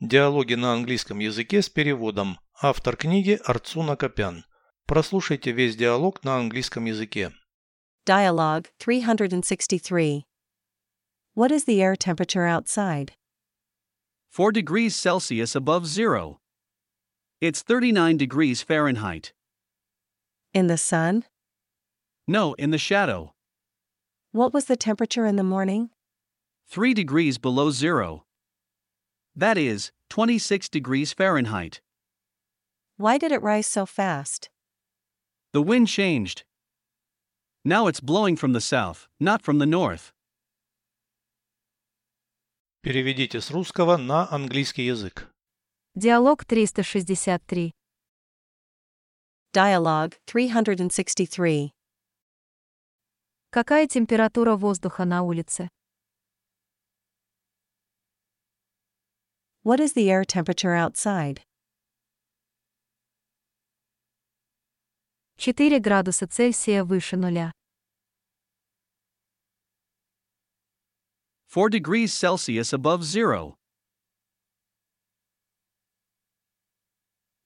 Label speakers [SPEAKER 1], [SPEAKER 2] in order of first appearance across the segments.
[SPEAKER 1] Диалоги на английском языке с переводом. Автор книги Арцуна Копян. Прослушайте весь диалог на английском языке.
[SPEAKER 2] Dialogue 363. What is the air temperature outside?
[SPEAKER 3] 4 degrees Celsius above zero. It's 39 degrees Fahrenheit.
[SPEAKER 2] In the sun?
[SPEAKER 3] No, in the shadow.
[SPEAKER 2] What was the temperature in the morning?
[SPEAKER 3] 3 degrees below zero. That is, 26 degrees Fahrenheit.
[SPEAKER 2] Why did it rise so fast?
[SPEAKER 3] The wind changed. Now it's blowing from the south, not from the north.
[SPEAKER 1] Переведите с русского на английский язык.
[SPEAKER 4] Диалог 363.
[SPEAKER 2] Dialogue 363.
[SPEAKER 4] Какая температура воздуха на улице?
[SPEAKER 2] What is the air temperature outside?
[SPEAKER 4] 4 градуса Цельсия выше нуля.
[SPEAKER 3] 4 degrees Celsius above zero.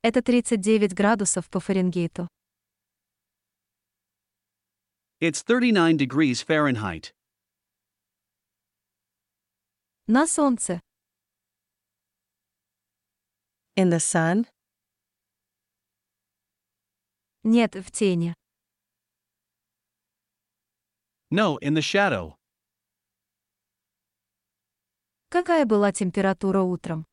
[SPEAKER 4] Это 39 градусов по Фаренгейту.
[SPEAKER 3] It's 39 degrees Fahrenheit.
[SPEAKER 4] На солнце.
[SPEAKER 2] In the sun?
[SPEAKER 4] Нет, в тени.
[SPEAKER 3] No, in the shadow.
[SPEAKER 4] Какая была температура утром?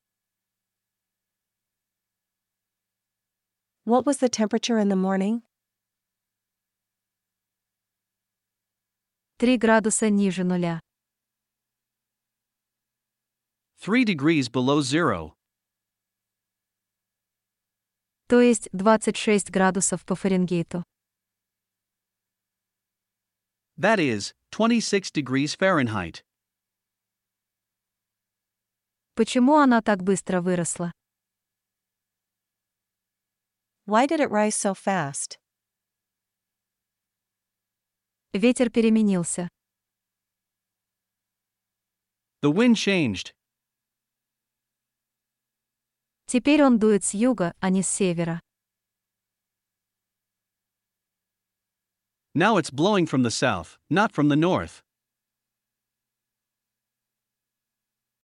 [SPEAKER 2] What was the temperature in the morning?
[SPEAKER 4] 3 градуса ниже нуля.
[SPEAKER 3] 3 degrees below zero.
[SPEAKER 4] То есть 26 градусов по Фаренгейту.
[SPEAKER 3] That is, 26 degrees Fahrenheit.
[SPEAKER 4] Почему она так быстро выросла?
[SPEAKER 2] Why did it rise so fast?
[SPEAKER 4] Ветер переменился.
[SPEAKER 3] The wind changed.
[SPEAKER 4] Теперь он дует с юга, а не с севера.
[SPEAKER 3] Now it's blowing from the south, not from the north.